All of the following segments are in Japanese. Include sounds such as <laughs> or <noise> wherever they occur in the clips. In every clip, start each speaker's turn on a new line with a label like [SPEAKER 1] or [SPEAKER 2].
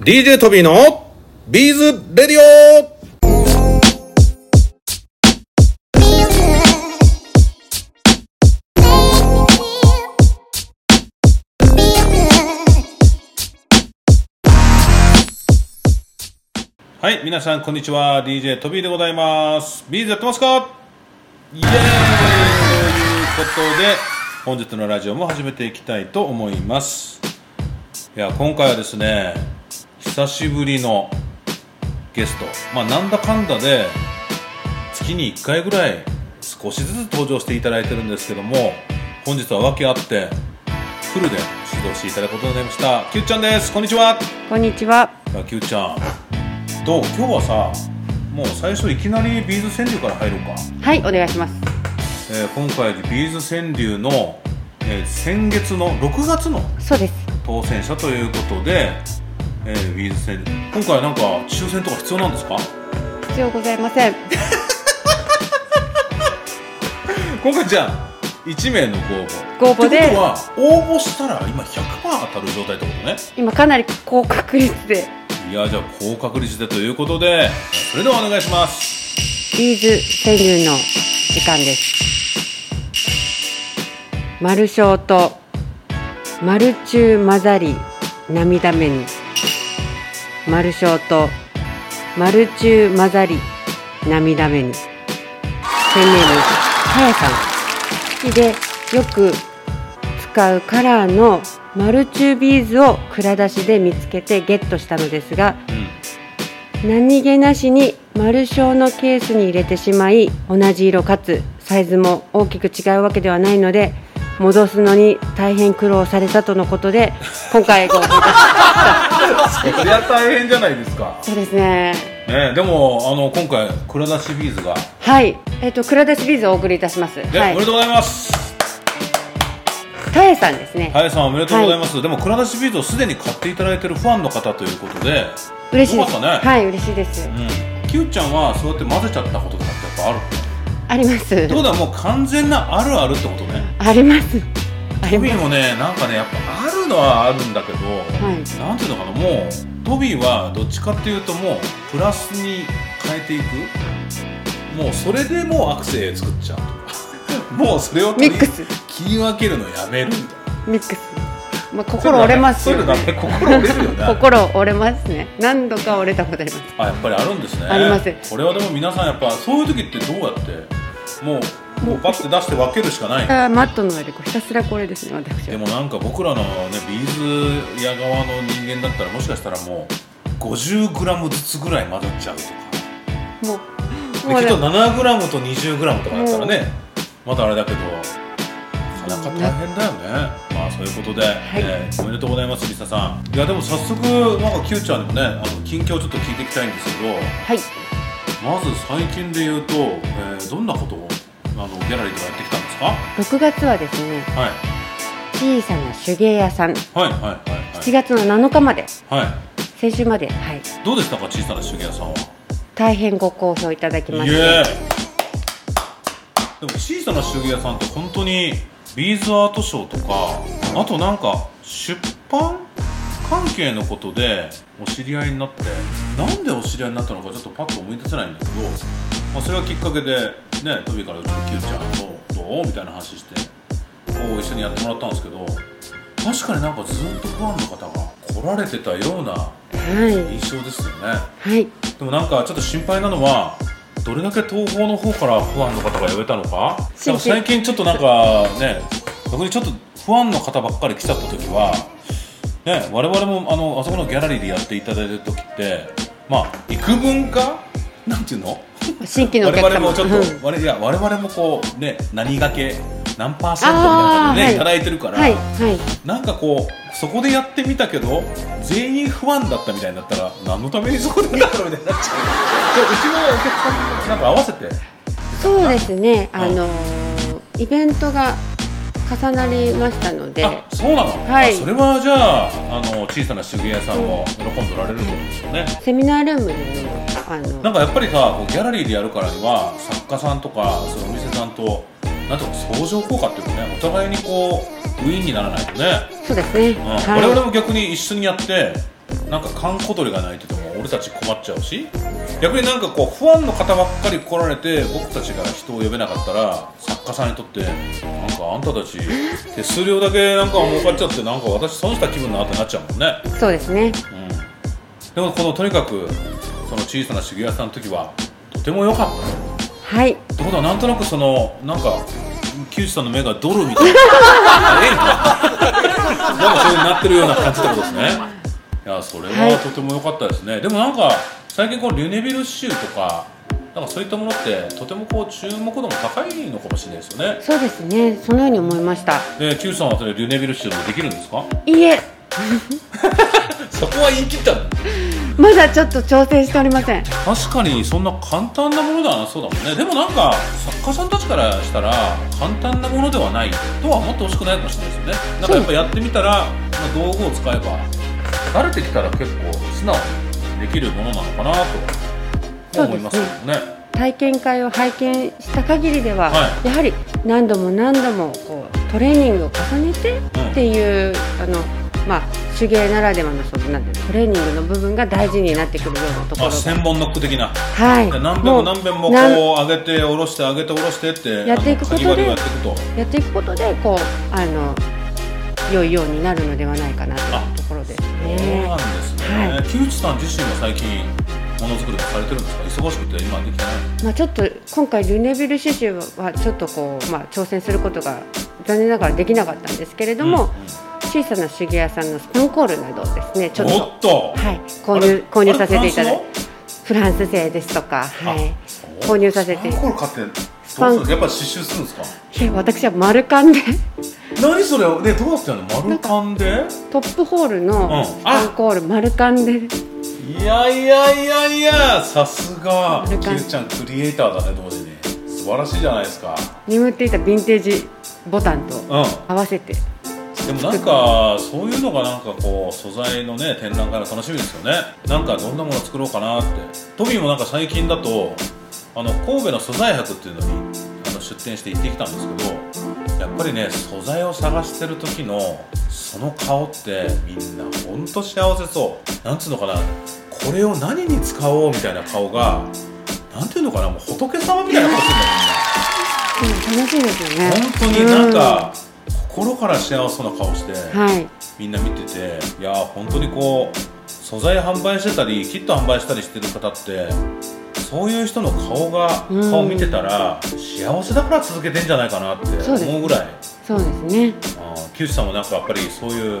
[SPEAKER 1] DJ トビーのビーズレディオはい、皆さんこんにちは。DJ トビーでございます。ビーズやってますかイエーイということで、本日のラジオも始めていきたいと思います。いや、今回はですね、久しぶりのゲスト。まあ、なんだかんだで、月に1回ぐらい少しずつ登場していただいてるんですけども、本日は訳あって、フルで指導していただくことになりました。キュッちゃんです。こんにちは。
[SPEAKER 2] こんにちは。
[SPEAKER 1] 野球ちゃんどう今日はさもう最初いきなりビーズ川柳から入ろうか、
[SPEAKER 2] はい、お願いします。
[SPEAKER 1] えー今回でビーズ川柳の、えー先月の6月の
[SPEAKER 2] そうです。
[SPEAKER 1] 当選者ということで、えービーズ川柳今回なんか抽選とか必要なんですか
[SPEAKER 2] 必要ございません。
[SPEAKER 1] 今回じゃあ1名のご応募
[SPEAKER 2] ご応募で
[SPEAKER 1] ってことは応募したら今100%当たる状態ってことね
[SPEAKER 2] 今かなり高確率で
[SPEAKER 1] いやじゃあ高確率でということでそれではお願いします
[SPEAKER 2] ビーズ川柳の時間です。丸小と丸中混ざり涙目に丸小と丸中混ざり涙目にペンネームかやさん好きでよく使うカラーのマルチュービーズを蔵出しで見つけてゲットしたのですが、何気なしに丸小のケースに入れてしまい同じ色かつサイズも大きく違うわけではないので戻すのに大変苦労されたとのことで今回ご応募いたしま
[SPEAKER 1] そりゃ大変じゃないですか
[SPEAKER 2] したそうですね
[SPEAKER 1] ね、でもあの今回蔵出しビーズが、ね
[SPEAKER 2] はいえっ、と蔵出しビーズをお送りいたします
[SPEAKER 1] お
[SPEAKER 2] は
[SPEAKER 1] めで
[SPEAKER 2] い
[SPEAKER 1] とうございます
[SPEAKER 2] たえさんですね、
[SPEAKER 1] 林さんおめでとうございます、でも蔵出しビーズをすでに買っていただいてるファンの方ということで
[SPEAKER 2] 嬉しい
[SPEAKER 1] よ
[SPEAKER 2] です
[SPEAKER 1] かったね、
[SPEAKER 2] はい嬉しいです、
[SPEAKER 1] うん、キューちゃんはそうやって混ぜちゃったこととかってやっぱあるっ
[SPEAKER 2] あります
[SPEAKER 1] てことはもう完全なあるあるってことね
[SPEAKER 2] ありますあり
[SPEAKER 1] ト
[SPEAKER 2] ま
[SPEAKER 1] ビー
[SPEAKER 2] す
[SPEAKER 1] もねなんかねやっぱあるのはあるんだけど、
[SPEAKER 2] い
[SPEAKER 1] なんていうのかなもうトビーはどっちかっていうともうプラスに変えていくもうそれでもうアクセ作っちゃうとか <laughs> もうそれを取り
[SPEAKER 2] ミックス
[SPEAKER 1] 切り分けるのやめるみたいな
[SPEAKER 2] ミックス、まあ、心折れますよ、
[SPEAKER 1] そういうのダメ心折れるよね
[SPEAKER 2] <laughs> 心折れますね何度か折れたことあります
[SPEAKER 1] あやっぱりあるんですね
[SPEAKER 2] あります
[SPEAKER 1] これはでも皆さんやっぱそういう時ってどうやってもうもうパッて出して分けるしかない
[SPEAKER 2] あーマットの上でこうひたすらこれですね私
[SPEAKER 1] で
[SPEAKER 2] は
[SPEAKER 1] もなんか僕らのねビーズ屋側の人間だったらもしかしたらもう 50g ずつぐらい混ざっちゃうとか
[SPEAKER 2] もう
[SPEAKER 1] で
[SPEAKER 2] もう
[SPEAKER 1] きっ
[SPEAKER 2] で
[SPEAKER 1] と
[SPEAKER 2] も
[SPEAKER 1] 7g と 20g とかだったらねまたあれだけどなかなか大変だよねまあそういうことで、
[SPEAKER 2] い
[SPEAKER 1] えーおめでとうございますリサさんいやでも早速なんか Q ちゃんのねあの近況をちょっと聞いていきたいんですけど
[SPEAKER 2] はい
[SPEAKER 1] まず最近で言うと、えーどんなことをあのギャラリーでやってきたんですか
[SPEAKER 2] 6月はですね
[SPEAKER 1] はい
[SPEAKER 2] 小さな手芸屋さん
[SPEAKER 1] はいはいはい
[SPEAKER 2] 7月の7日まで
[SPEAKER 1] はい、は
[SPEAKER 2] 先週まではい
[SPEAKER 1] い、どうでしたか小さな手芸屋さんは
[SPEAKER 2] 大変ご好評いただきま
[SPEAKER 1] イ
[SPEAKER 2] し
[SPEAKER 1] エーイ
[SPEAKER 2] て
[SPEAKER 1] でも小さな手芸屋さんって本当にビーズアートショーとかあとなんか出版関係のことでお知り合いになってなんでお知り合いになったのかちょっとパッと思い出せないんだけど、まあ、それがきっかけでねトビからうちのキューちゃんとどうみたいな話してこう一緒にやってもらったんですけど確かになんかずっとファンの方が来られてたような
[SPEAKER 2] はい
[SPEAKER 1] 印象ですよね。
[SPEAKER 2] はい
[SPEAKER 1] でもなんかちょっと心配なのはどれだけ東方の方から不安の方が呼べたのか
[SPEAKER 2] 新規
[SPEAKER 1] 最近ちょっとなんかね逆にちょっと不安の方ばっかり来ちゃった時は、ね、我々もあのあそこのギャラリーでやっていただいてる時ってまあ幾分かなんていうの
[SPEAKER 2] 新規のお
[SPEAKER 1] 我
[SPEAKER 2] 客
[SPEAKER 1] 々
[SPEAKER 2] 様
[SPEAKER 1] もちょっ
[SPEAKER 2] うん
[SPEAKER 1] と、我々いや我々もこうね何がけ何パーセントみたいな感じでね、
[SPEAKER 2] あーはい
[SPEAKER 1] い、ただいてるから、
[SPEAKER 2] はいはい
[SPEAKER 1] なんかこうそこでやってみたけど全員不安だったみたいになったら何のためにそこでやったのみたいになっち
[SPEAKER 2] <laughs>
[SPEAKER 1] ゃうじゃあうちのお客さんになんか合わせて
[SPEAKER 2] そうですねあのーイベントが重なりましたので
[SPEAKER 1] あそうなの、
[SPEAKER 2] はい
[SPEAKER 1] あそれはじゃああの小さな手芸屋さんも喜んでおられるってことですよね
[SPEAKER 2] セミナールームにもあの
[SPEAKER 1] なんかやっぱりさこうギャラリーでやるからには作家さんとかそのお店さんとなんとか相乗効果っていうかねお互いにこうウィンにならないとね
[SPEAKER 2] そうですね、
[SPEAKER 1] うん
[SPEAKER 2] はい
[SPEAKER 1] 我々も逆に一緒にやってなんか閑古鳥が鳴いてても俺たち困っちゃうし逆になんかこうファンの方ばっかり来られて僕たちが人を呼べなかったら作家さんにとってなんかあんたたち手数料だけなんか儲かっちゃってなんか私損した気分だなってなっちゃうもんね。
[SPEAKER 2] そうですね
[SPEAKER 1] でもこのとにかくその小さな茂屋さんの時はとても良かったね
[SPEAKER 2] はい
[SPEAKER 1] ってことはなんとなくそのなんか木内さんの目がドルみたいなあええのかなんかそういうなってるような感じってことですねいやそれ
[SPEAKER 2] はい
[SPEAKER 1] はとても良かったですね、でもなんか最近このリュネビル州とかなんかそういったものってとてもこう注目度も高いのかもしれないですよね
[SPEAKER 2] そうですねそのように思いました
[SPEAKER 1] で木内さんはそれリュネビル州でもできるんですか
[SPEAKER 2] いいえ
[SPEAKER 1] そこは言い切ったの
[SPEAKER 2] まだちょっと挑戦しておりません
[SPEAKER 1] 確かにそんな簡単なものではなそうだもんねでもなんか作家さんたちからしたら簡単なものではないとは思ってほしくないかもしれないですよねなんかやっぱやってみたら、まあ道具を使えば慣れてきたら結構素直にできるものなのかなと思いますけどね
[SPEAKER 2] 体験会を拝見した限りでは、
[SPEAKER 1] は
[SPEAKER 2] やはり何度も何度もこうトレーニングを重ねてっていう、あのまあ手芸ならではのそのなんていうのトレーニングの部分が大事になってくるようなとこ
[SPEAKER 1] あ
[SPEAKER 2] ろが
[SPEAKER 1] 専門ノック的な
[SPEAKER 2] はい
[SPEAKER 1] 何遍も何遍もこう
[SPEAKER 2] なん
[SPEAKER 1] 上げて下ろして上げて下ろしてって
[SPEAKER 2] やっていくこと
[SPEAKER 1] あのかぎ
[SPEAKER 2] で
[SPEAKER 1] 針をやっていくと
[SPEAKER 2] やっていくことでこうあの良いようになるのではないかなというところです
[SPEAKER 1] そうなん
[SPEAKER 2] ね
[SPEAKER 1] です
[SPEAKER 2] は
[SPEAKER 1] ね木内さん自身も最近ものづくりをされてるんですか忙しくて今できてない
[SPEAKER 2] まあちょっと今回ルネビル刺繍はちょっとこうまあ挑戦することが残念ながらできなかったんですけれど
[SPEAKER 1] う
[SPEAKER 2] も、
[SPEAKER 1] んうん
[SPEAKER 2] 小さな手芸屋さんのスパンコールなどをですねちょっ
[SPEAKER 1] お
[SPEAKER 2] と
[SPEAKER 1] っと、
[SPEAKER 2] はい、購入購入させていただい
[SPEAKER 1] あれ
[SPEAKER 2] てフランス製ですとか、はい、
[SPEAKER 1] あ
[SPEAKER 2] 購入させてい
[SPEAKER 1] スパンコール買ってどうするやっぱ刺繍するんですか
[SPEAKER 2] や私は丸缶で <laughs>
[SPEAKER 1] 何それねどうしてやるの丸缶で
[SPEAKER 2] トップホール
[SPEAKER 1] うん
[SPEAKER 2] のスパンコール丸缶で
[SPEAKER 1] いやいやいやいやさすが
[SPEAKER 2] 丸
[SPEAKER 1] キ
[SPEAKER 2] 缶
[SPEAKER 1] ュちゃんクリエイターだね同時に素晴らしいじゃないですか
[SPEAKER 2] 眠っていたヴィンテージボタンと
[SPEAKER 1] うん
[SPEAKER 2] 合わせて
[SPEAKER 1] でもなんかそういうのがなんかこう素材のね展覧会の楽しみですよねなんかどんなもの作ろうかなってトミーもなんか最近だとあの神戸の素材博っていうのにあの出店して行ってきたんですけどやっぱりね素材を探してる時のその顔ってみんなほんと幸せそうなんつうのかなこれを何に使おうみたいな顔がなんていうのかなもう仏様みたいな顔してるんだよみんな。
[SPEAKER 2] うん楽しいですよね
[SPEAKER 1] 本当になん、か、心から幸せそうな顔して、
[SPEAKER 2] うんはい
[SPEAKER 1] みんな見てていやー本当にこう素材販売してたりキット販売したりしてる方ってそういう人の顔が、
[SPEAKER 2] うん
[SPEAKER 1] 顔見てたら幸せだから続けてんじゃないかなって
[SPEAKER 2] そうです
[SPEAKER 1] 思うぐらい
[SPEAKER 2] そうですね
[SPEAKER 1] あー木内さんもなんかやっぱりそういう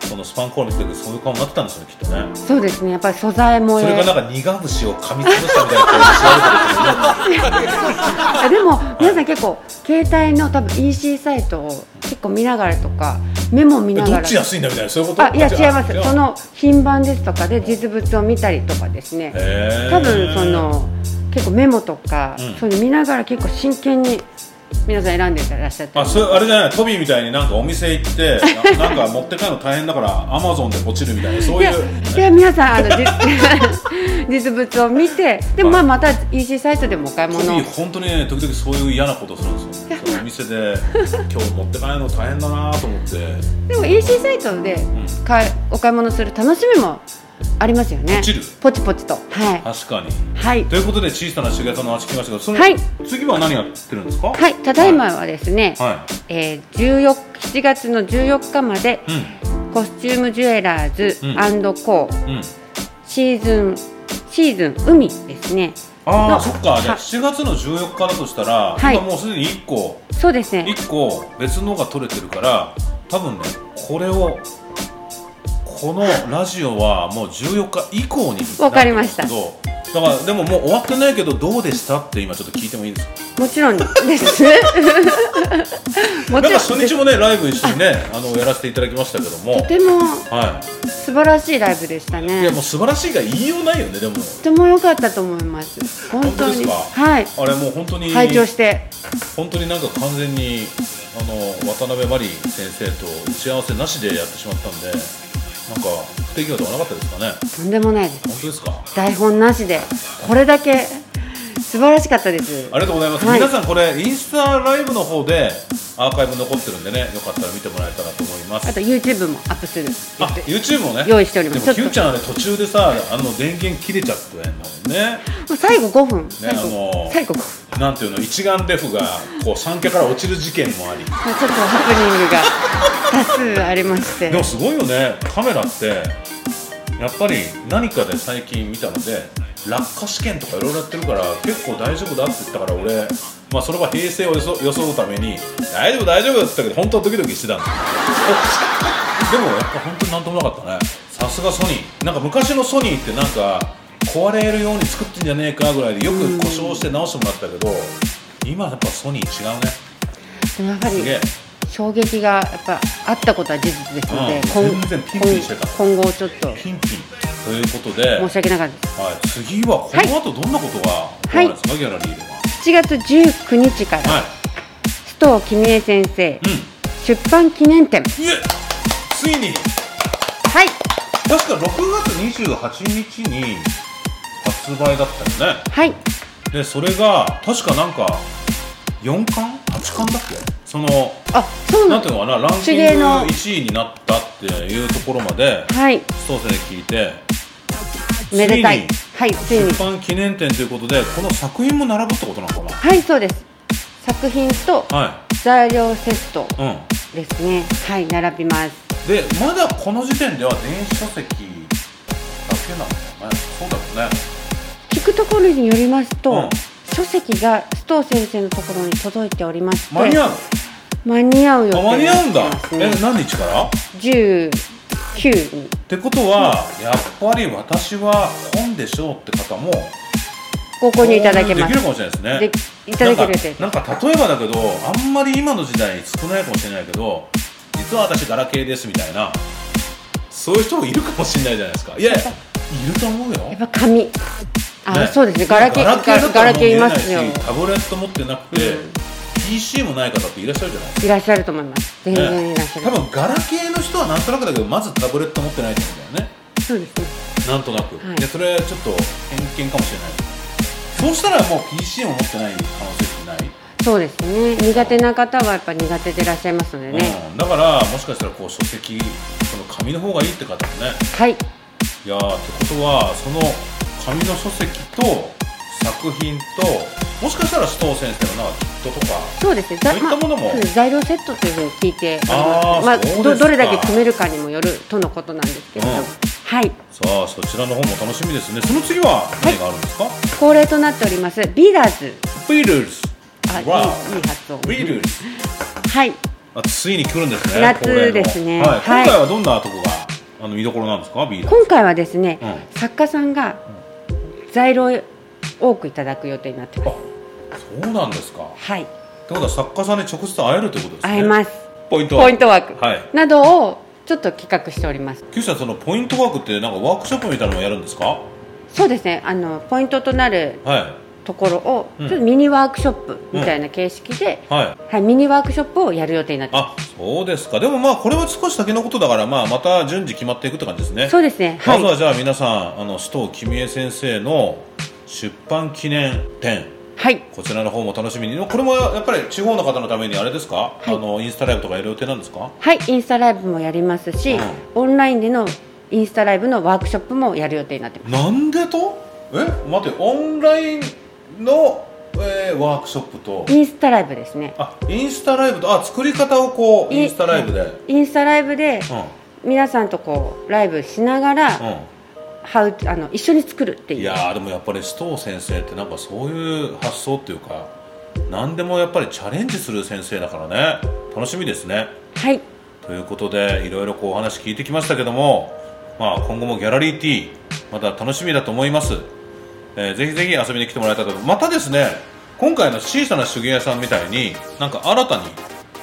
[SPEAKER 1] そのスパンコール見ててそういう顔になってたんですよねきっとね。
[SPEAKER 2] そうですねやっぱり素材も
[SPEAKER 1] それがなんか苦節を噛みつぶしたみたいな顔して幸せだったんですよね
[SPEAKER 2] <laughs> あでも皆さん結構携帯の多分 EC サイトを結構見ながらとかメモ見な
[SPEAKER 1] ど
[SPEAKER 2] が
[SPEAKER 1] っ
[SPEAKER 2] ら
[SPEAKER 1] ち安いんだみたいなそういうこと
[SPEAKER 2] あいや違いま
[SPEAKER 1] じゃ
[SPEAKER 2] す
[SPEAKER 1] あ
[SPEAKER 2] その品番ですとかで実物を見たりとかですね
[SPEAKER 1] へー
[SPEAKER 2] 多分その結構メモとか、
[SPEAKER 1] うん
[SPEAKER 2] そういうの見ながら結構真剣に皆さん選んでいらっしゃって
[SPEAKER 1] あそれあれじゃないトビーみたいになんかお店行って
[SPEAKER 2] <laughs>
[SPEAKER 1] ななんか持って帰るの大変だからアマゾンで落ちるみたいなそう
[SPEAKER 2] い
[SPEAKER 1] い
[SPEAKER 2] や
[SPEAKER 1] う
[SPEAKER 2] いや皆さんあの実 <laughs> 実物を見てで、
[SPEAKER 1] はい
[SPEAKER 2] まあ、また EC サイトでもお買い
[SPEAKER 1] ト
[SPEAKER 2] 物
[SPEAKER 1] ビー本当にね時々そういう嫌なことするんですよそのお店で今日持って帰るの大変だなと思って
[SPEAKER 2] でも EC サイトで
[SPEAKER 1] ん
[SPEAKER 2] 買いお買い物する楽しみもありますよね
[SPEAKER 1] ポチる
[SPEAKER 2] ポチポチとはい、
[SPEAKER 1] 確かに
[SPEAKER 2] はい
[SPEAKER 1] ということで小さな手芸さんの話聞きましたけどその、
[SPEAKER 2] はい
[SPEAKER 1] 次は何やってるんですか
[SPEAKER 2] はい、ただいまはですね、
[SPEAKER 1] は
[SPEAKER 2] えー、14 7月の14日まで、
[SPEAKER 1] い、
[SPEAKER 2] コスチュームジュエラーズ
[SPEAKER 1] うん
[SPEAKER 2] コー、
[SPEAKER 1] うんうん
[SPEAKER 2] シーズンシーズン海ですね
[SPEAKER 1] あ
[SPEAKER 2] の
[SPEAKER 1] あそっかじゃあ
[SPEAKER 2] は
[SPEAKER 1] 7月の14日だとしたら、
[SPEAKER 2] はい
[SPEAKER 1] 今もうすでに1個
[SPEAKER 2] そうですね
[SPEAKER 1] 1個別のが取れてるから多分ねこれをこのラジオはもう14日以降に
[SPEAKER 2] わかりました
[SPEAKER 1] なるんですけどだからでももう終わってないけどどうでしたって今ちょっと聞いてもいいですか
[SPEAKER 2] もちろんです
[SPEAKER 1] <laughs> なんか
[SPEAKER 2] もちろ
[SPEAKER 1] 初
[SPEAKER 2] んです
[SPEAKER 1] 日もねライブ一緒にねあのやらせていただきましたけども
[SPEAKER 2] とても
[SPEAKER 1] は
[SPEAKER 2] 素晴らしいライブでした
[SPEAKER 1] いいや
[SPEAKER 2] ね
[SPEAKER 1] もう素晴らしいが言いようないよねでも
[SPEAKER 2] とても良かったと思います本当に
[SPEAKER 1] 本当ですか
[SPEAKER 2] はい
[SPEAKER 1] あれもう本当に
[SPEAKER 2] 拝聴して
[SPEAKER 1] 本当になんか完全にあの渡辺真理先生と打ち合わせなしでやってしまったんでなんか不適合とかなかったですかね
[SPEAKER 2] とんでもないです
[SPEAKER 1] 本当ですか
[SPEAKER 2] 台本なしでこれだけ素晴らしかったです
[SPEAKER 1] ありがとうございます、
[SPEAKER 2] はい
[SPEAKER 1] 皆さんこれインスタライブの方でアーカイブ残ってるんでねよかったら見てもらえたらと思います
[SPEAKER 2] あと YouTube もアップする
[SPEAKER 1] あ YouTube もね
[SPEAKER 2] 用意しております
[SPEAKER 1] でも
[SPEAKER 2] ちょっと
[SPEAKER 1] Q ちゃんあれ途中でさあの電源切れちゃってんのね
[SPEAKER 2] もう最後5分、最後、
[SPEAKER 1] あのー
[SPEAKER 2] 最後5分
[SPEAKER 1] なんていうの一眼レフがこう三脚から落ちる事件もあり
[SPEAKER 2] まあちょっとハプニングが多数ありまして
[SPEAKER 1] でもすごいよねカメラってやっぱり何かで最近見たので落下試験とかいろいろやってるから結構大丈夫だって言ったから俺、まあ、それは平成を装装うために大丈夫大丈夫って言ったけど本当はドキドキ <laughs> してたんだよでもやっぱ本当になんともなかったねさすがソニーなんか昔のソニーってなんか壊れるように作ってんじゃねえかぐらいでよく故障して直してもらったけど今やっぱソニー違うね
[SPEAKER 2] でもやは
[SPEAKER 1] すげえ
[SPEAKER 2] り衝撃がやっぱあったことは事実ですので、
[SPEAKER 1] うん全然ピンピンしてた
[SPEAKER 2] 今後ちょっと
[SPEAKER 1] ピンピンということで
[SPEAKER 2] 申し訳なかったです
[SPEAKER 1] はい、次はこの後どんなことが行われるんですか、ギャラリーでは。
[SPEAKER 2] 7月19日から、
[SPEAKER 1] はい、
[SPEAKER 2] 須藤君江先生
[SPEAKER 1] うん、
[SPEAKER 2] 出版記念展
[SPEAKER 1] いえ、ついに、
[SPEAKER 2] はい
[SPEAKER 1] 確か6月28日に発売だったよね。
[SPEAKER 2] はい
[SPEAKER 1] で、それが、確かなんか、4巻 ?8 巻だっけその、
[SPEAKER 2] あそう
[SPEAKER 1] な
[SPEAKER 2] な
[SPEAKER 1] ん
[SPEAKER 2] ん
[SPEAKER 1] ていうのかな、ランキン
[SPEAKER 2] 手
[SPEAKER 1] グ
[SPEAKER 2] 芸の
[SPEAKER 1] 1位になったっていうところまで、
[SPEAKER 2] はい
[SPEAKER 1] 当選で聞いて、
[SPEAKER 2] めでたい
[SPEAKER 1] つ
[SPEAKER 2] はいつい
[SPEAKER 1] 出
[SPEAKER 2] に
[SPEAKER 1] 版記念展ということで、この作品も並ぶってことなのか
[SPEAKER 2] はいそうです作品と
[SPEAKER 1] なは
[SPEAKER 2] 材料セット
[SPEAKER 1] い。うん。
[SPEAKER 2] ですねはい並びます
[SPEAKER 1] でまだこの時点では電子書籍だけなのかねそうだよね
[SPEAKER 2] 聞くところによりますと、
[SPEAKER 1] うん
[SPEAKER 2] 書籍が須藤先生のところに届いておりまして
[SPEAKER 1] 間に合う
[SPEAKER 2] 間に合う予
[SPEAKER 1] あ
[SPEAKER 2] 定
[SPEAKER 1] 間に合うんだ
[SPEAKER 2] ですね
[SPEAKER 1] え何日からっ
[SPEAKER 2] 19に
[SPEAKER 1] てことはやっぱり私は本でしょうって方も
[SPEAKER 2] ご購入いただけ
[SPEAKER 1] 購入
[SPEAKER 2] ま
[SPEAKER 1] ですきるかもしれない
[SPEAKER 2] で
[SPEAKER 1] ですね
[SPEAKER 2] いただける予定
[SPEAKER 1] なんかなんか例えばだけどあんまり今の時代少ないかもしれないけど実は私ガラケーですみたいなそういう人もいるかもしれないじゃないですかいやいやいると思うよ
[SPEAKER 2] やっぱ紙あ、
[SPEAKER 1] ね
[SPEAKER 2] そうですねガラケー
[SPEAKER 1] ガラケーだった
[SPEAKER 2] ガ
[SPEAKER 1] ら
[SPEAKER 2] ラ
[SPEAKER 1] もう見
[SPEAKER 2] ケー
[SPEAKER 1] え
[SPEAKER 2] い
[SPEAKER 1] な
[SPEAKER 2] ま
[SPEAKER 1] い
[SPEAKER 2] す
[SPEAKER 1] し
[SPEAKER 2] よ
[SPEAKER 1] タブレット持ってなくて、
[SPEAKER 2] うん
[SPEAKER 1] PC もない方っていらっしゃるじゃないですか
[SPEAKER 2] いらっしゃると思います全然いらっしゃ
[SPEAKER 1] 多
[SPEAKER 2] る、
[SPEAKER 1] 分ガラケーの人はなんとなくだけどまずタブレット持ってないと思うんだよね
[SPEAKER 2] そうですね
[SPEAKER 1] なんとなく、
[SPEAKER 2] はい
[SPEAKER 1] でそれちょっと偏見かもしれないそうしたらもう PC も持ってない可能性ってない、
[SPEAKER 2] そうですね苦手な方はやっぱ苦手でいらっしゃいますのでね、
[SPEAKER 1] うん、だからもしかしたらこう書籍その紙の方がいいって方もね
[SPEAKER 2] はい
[SPEAKER 1] いやーってことはその紙の書籍と作品ともしかしたら須藤先生のなんかキットとか
[SPEAKER 2] そうですねざ
[SPEAKER 1] そういったものも
[SPEAKER 2] まあそうです材料セットというふうに聞いており
[SPEAKER 1] あー
[SPEAKER 2] ますまあ
[SPEAKER 1] そうで
[SPEAKER 2] ど
[SPEAKER 1] すか
[SPEAKER 2] どれだけ詰めるかにもよるとのことなんですけれども、
[SPEAKER 1] うん
[SPEAKER 2] はい
[SPEAKER 1] さあそちらの方も楽しみですねその次は何があるんですか、
[SPEAKER 2] 恒例となっておりますビーダーズ
[SPEAKER 1] ビールズ
[SPEAKER 2] あいい
[SPEAKER 1] わ
[SPEAKER 2] いい発音
[SPEAKER 1] あビールズ
[SPEAKER 2] はい
[SPEAKER 1] あついに来るんですね
[SPEAKER 2] 夏
[SPEAKER 1] 恒例の
[SPEAKER 2] ですね
[SPEAKER 1] はい、今
[SPEAKER 2] はい
[SPEAKER 1] 回はどんなとこがあの見どころなんですかビール
[SPEAKER 2] 今回はですね、
[SPEAKER 1] う
[SPEAKER 2] 作家さんが材料を多くいただく予定になってます
[SPEAKER 1] あそうなんですかって
[SPEAKER 2] はい
[SPEAKER 1] ことは作家さんに直接会えるということですね
[SPEAKER 2] 会えます
[SPEAKER 1] ポイント
[SPEAKER 2] ポイントワーク
[SPEAKER 1] はい
[SPEAKER 2] などをちょっと企画しております
[SPEAKER 1] キュウさんそのポイントワークってなんかワークショップみたいなのをやるんですか
[SPEAKER 2] そうですねあのポイントとなる
[SPEAKER 1] は
[SPEAKER 2] ところを、
[SPEAKER 1] うん
[SPEAKER 2] ちょっとミニワークショップみたいな形式で、
[SPEAKER 1] いはい
[SPEAKER 2] はい、ミニワークショップをやる予定になってま
[SPEAKER 1] あそうですかでもまあこれは少し先のことだから、まあ、また順次決まっていくって感じですね
[SPEAKER 2] すそうですね
[SPEAKER 1] ま
[SPEAKER 2] はい、
[SPEAKER 1] ずはじゃあ皆さんあの須藤君江先生の出版記念展
[SPEAKER 2] はい、
[SPEAKER 1] こちらの方も楽しみにこれもやっぱり地方の方のためにあれですか、あのインスタライブとかやる予定なんですか
[SPEAKER 2] はい、インスタライブもやりますし、
[SPEAKER 1] うん
[SPEAKER 2] オンラインでのインスタライブのワークショップもやる予定になってます
[SPEAKER 1] なんでとえ待ってオンラインの、えーワークショップと
[SPEAKER 2] インスタライブですね
[SPEAKER 1] あインスタライブとあ作り方をこう
[SPEAKER 2] い
[SPEAKER 1] インスタライブで、
[SPEAKER 2] インスタライブで
[SPEAKER 1] うん
[SPEAKER 2] 皆さんとこうライブしながら、
[SPEAKER 1] う
[SPEAKER 2] ハウあの一緒に作るって
[SPEAKER 1] ん、
[SPEAKER 2] いう
[SPEAKER 1] いやーでもやっぱり須藤先生ってなんかそういう発想っていうか何でもやっぱりチャレンジする先生だからね楽しみですね
[SPEAKER 2] はい
[SPEAKER 1] ということでいろいろこうお話聞いてきましたけども、まあ、今後もギャラリー T また楽しみだと思います、えーぜひぜひ遊びに来てもらえたらとまたですね今回の小さな手芸屋さんみたいになんか新たに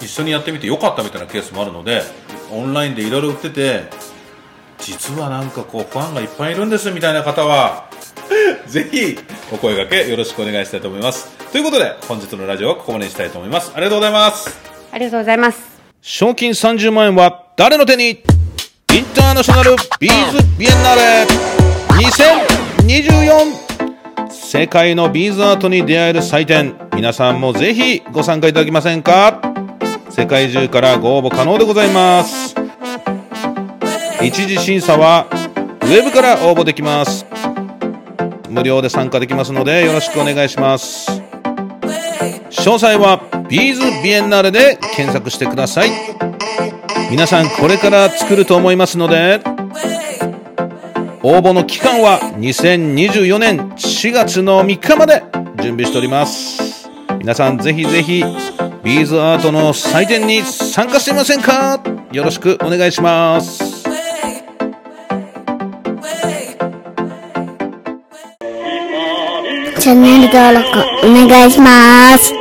[SPEAKER 1] 一緒にやってみてよかったみたいなケースもあるのでオンラインでいろいろ売ってて実はなんかこうファンがいっぱいいるんですみたいな方は <laughs> ぜひお声掛けよろしくお願いしたいと思いますということで本日のラジオはここまでにしたいと思いますありがとうございます
[SPEAKER 2] ありがとうございます
[SPEAKER 1] 賞金30万円は誰の手にインターナショナルビーズビエンナーレ 2024! 世界のビーズアートに出会える祭典皆さんもぜひご参加いただきませんか世界中からご応募可能でございます一次審査はウェブから応募できます無料で参加できますのでよろしくお願いします詳細はビーズビエンナーレで検索してください皆さんこれから作ると思いますので応募の期間は2024年4月の3日まで準備しております皆さんぜひぜひビーズアートの祭典に参加してみませんかよろしくお願いします
[SPEAKER 3] チャンネル登録お願いします。